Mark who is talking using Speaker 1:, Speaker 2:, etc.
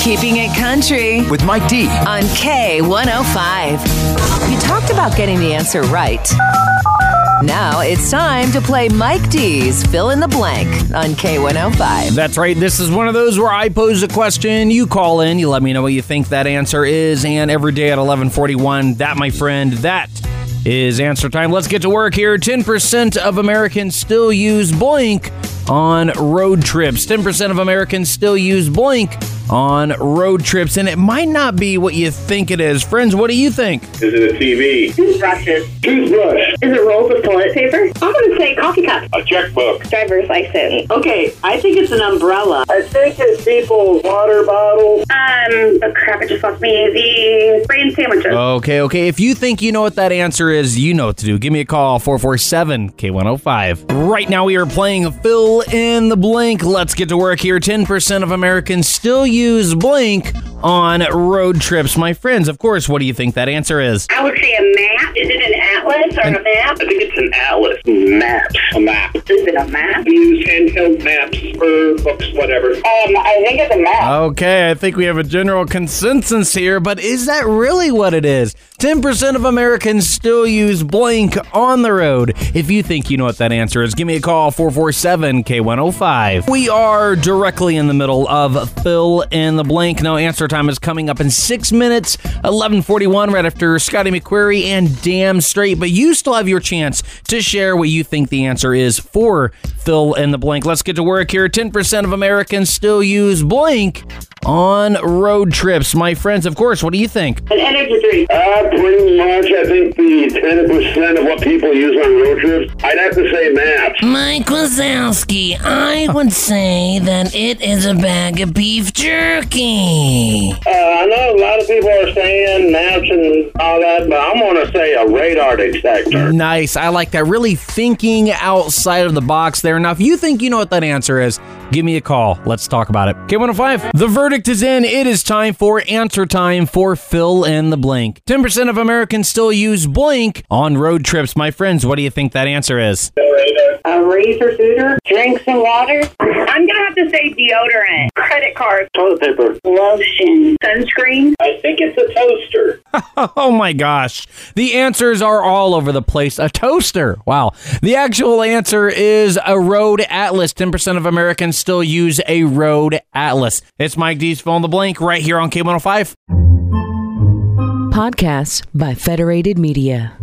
Speaker 1: Keeping It Country
Speaker 2: with Mike D.
Speaker 1: on K105. You talked about getting the answer right. Now it's time to play Mike D's Fill in the Blank on K105.
Speaker 3: That's right. This is one of those where I pose a question, you call in, you let me know what you think that answer is, and every day at 11:41, that my friend, that is answer time. Let's get to work here. 10% of Americans still use boink on road trips. 10% of Americans still use boink on road trips, and it might not be what you think it is. Friends, what do you think?
Speaker 4: Is it a TV?
Speaker 5: Toothbrushes.
Speaker 4: Toothbrush.
Speaker 5: Is it rolls of toilet paper? I'm going to say coffee cup.
Speaker 4: A checkbook.
Speaker 5: Driver's license.
Speaker 6: Okay, I think it's an umbrella.
Speaker 7: I think it's people's water bottles.
Speaker 5: Um, oh crap, it just lost me. The brain sandwiches.
Speaker 3: Okay, okay. If you think you know what that answer is, you know what to do. Give me a call, 447 K105. Right now, we are playing Fill in the Blank. Let's get to work here. 10% of Americans still use blank on road trips. My friends, of course, what do you think that answer is?
Speaker 5: I would say a map. Is it an atlas or a map?
Speaker 4: I think it's an atlas. Maps. A map.
Speaker 5: Is it a map?
Speaker 4: We use handheld maps for books, whatever.
Speaker 5: Um, I think it's a map.
Speaker 3: Okay, I think we have a general consensus here, but is that really what it is? 10% of Americans still use blank on the road. If you think you know what that answer is, give me a call 447 K105. We are directly in the middle of fill in the blank. Now answer time is coming up in 6 minutes, 11:41 right after Scotty McQuarrie and Damn Straight, but you still have your chance to share what you think the answer is for fill in the blank. Let's get to work here. 10% of Americans still use blank on road trips. My friends, of course, what do you think?
Speaker 6: An energy drink.
Speaker 7: Uh, pretty much, I think the 10% of what people use on road trips, I'd have to say maps.
Speaker 8: Mike Wazowski, I would say that it is a bag of beef jerky.
Speaker 7: Uh, I know a lot of people are saying maps and all that, but I'm going to say a radar detector.
Speaker 3: Nice. I like that. Really thinking outside of the box there. Now, if you think you know what that answer is, give me a call. Let's talk about it. K105, the verdict is in. It is time for answer time for fill in the blank. 10% of Americans still use blank on road trips. My friends, what do you think that answer is?
Speaker 6: A razor scooter. Drinks and water.
Speaker 5: I'm going to have to say deodorant. Credit cards.
Speaker 7: Toilet paper.
Speaker 6: Lotion.
Speaker 5: Sunscreen.
Speaker 4: I think it's a toaster.
Speaker 3: Oh my gosh. The answers are all over the place. A toaster. Wow. The actual answer is a road atlas. 10% of Americans still use a road atlas. It's Mike D's Fill in the Blank right here on K105.
Speaker 1: Podcasts by Federated Media.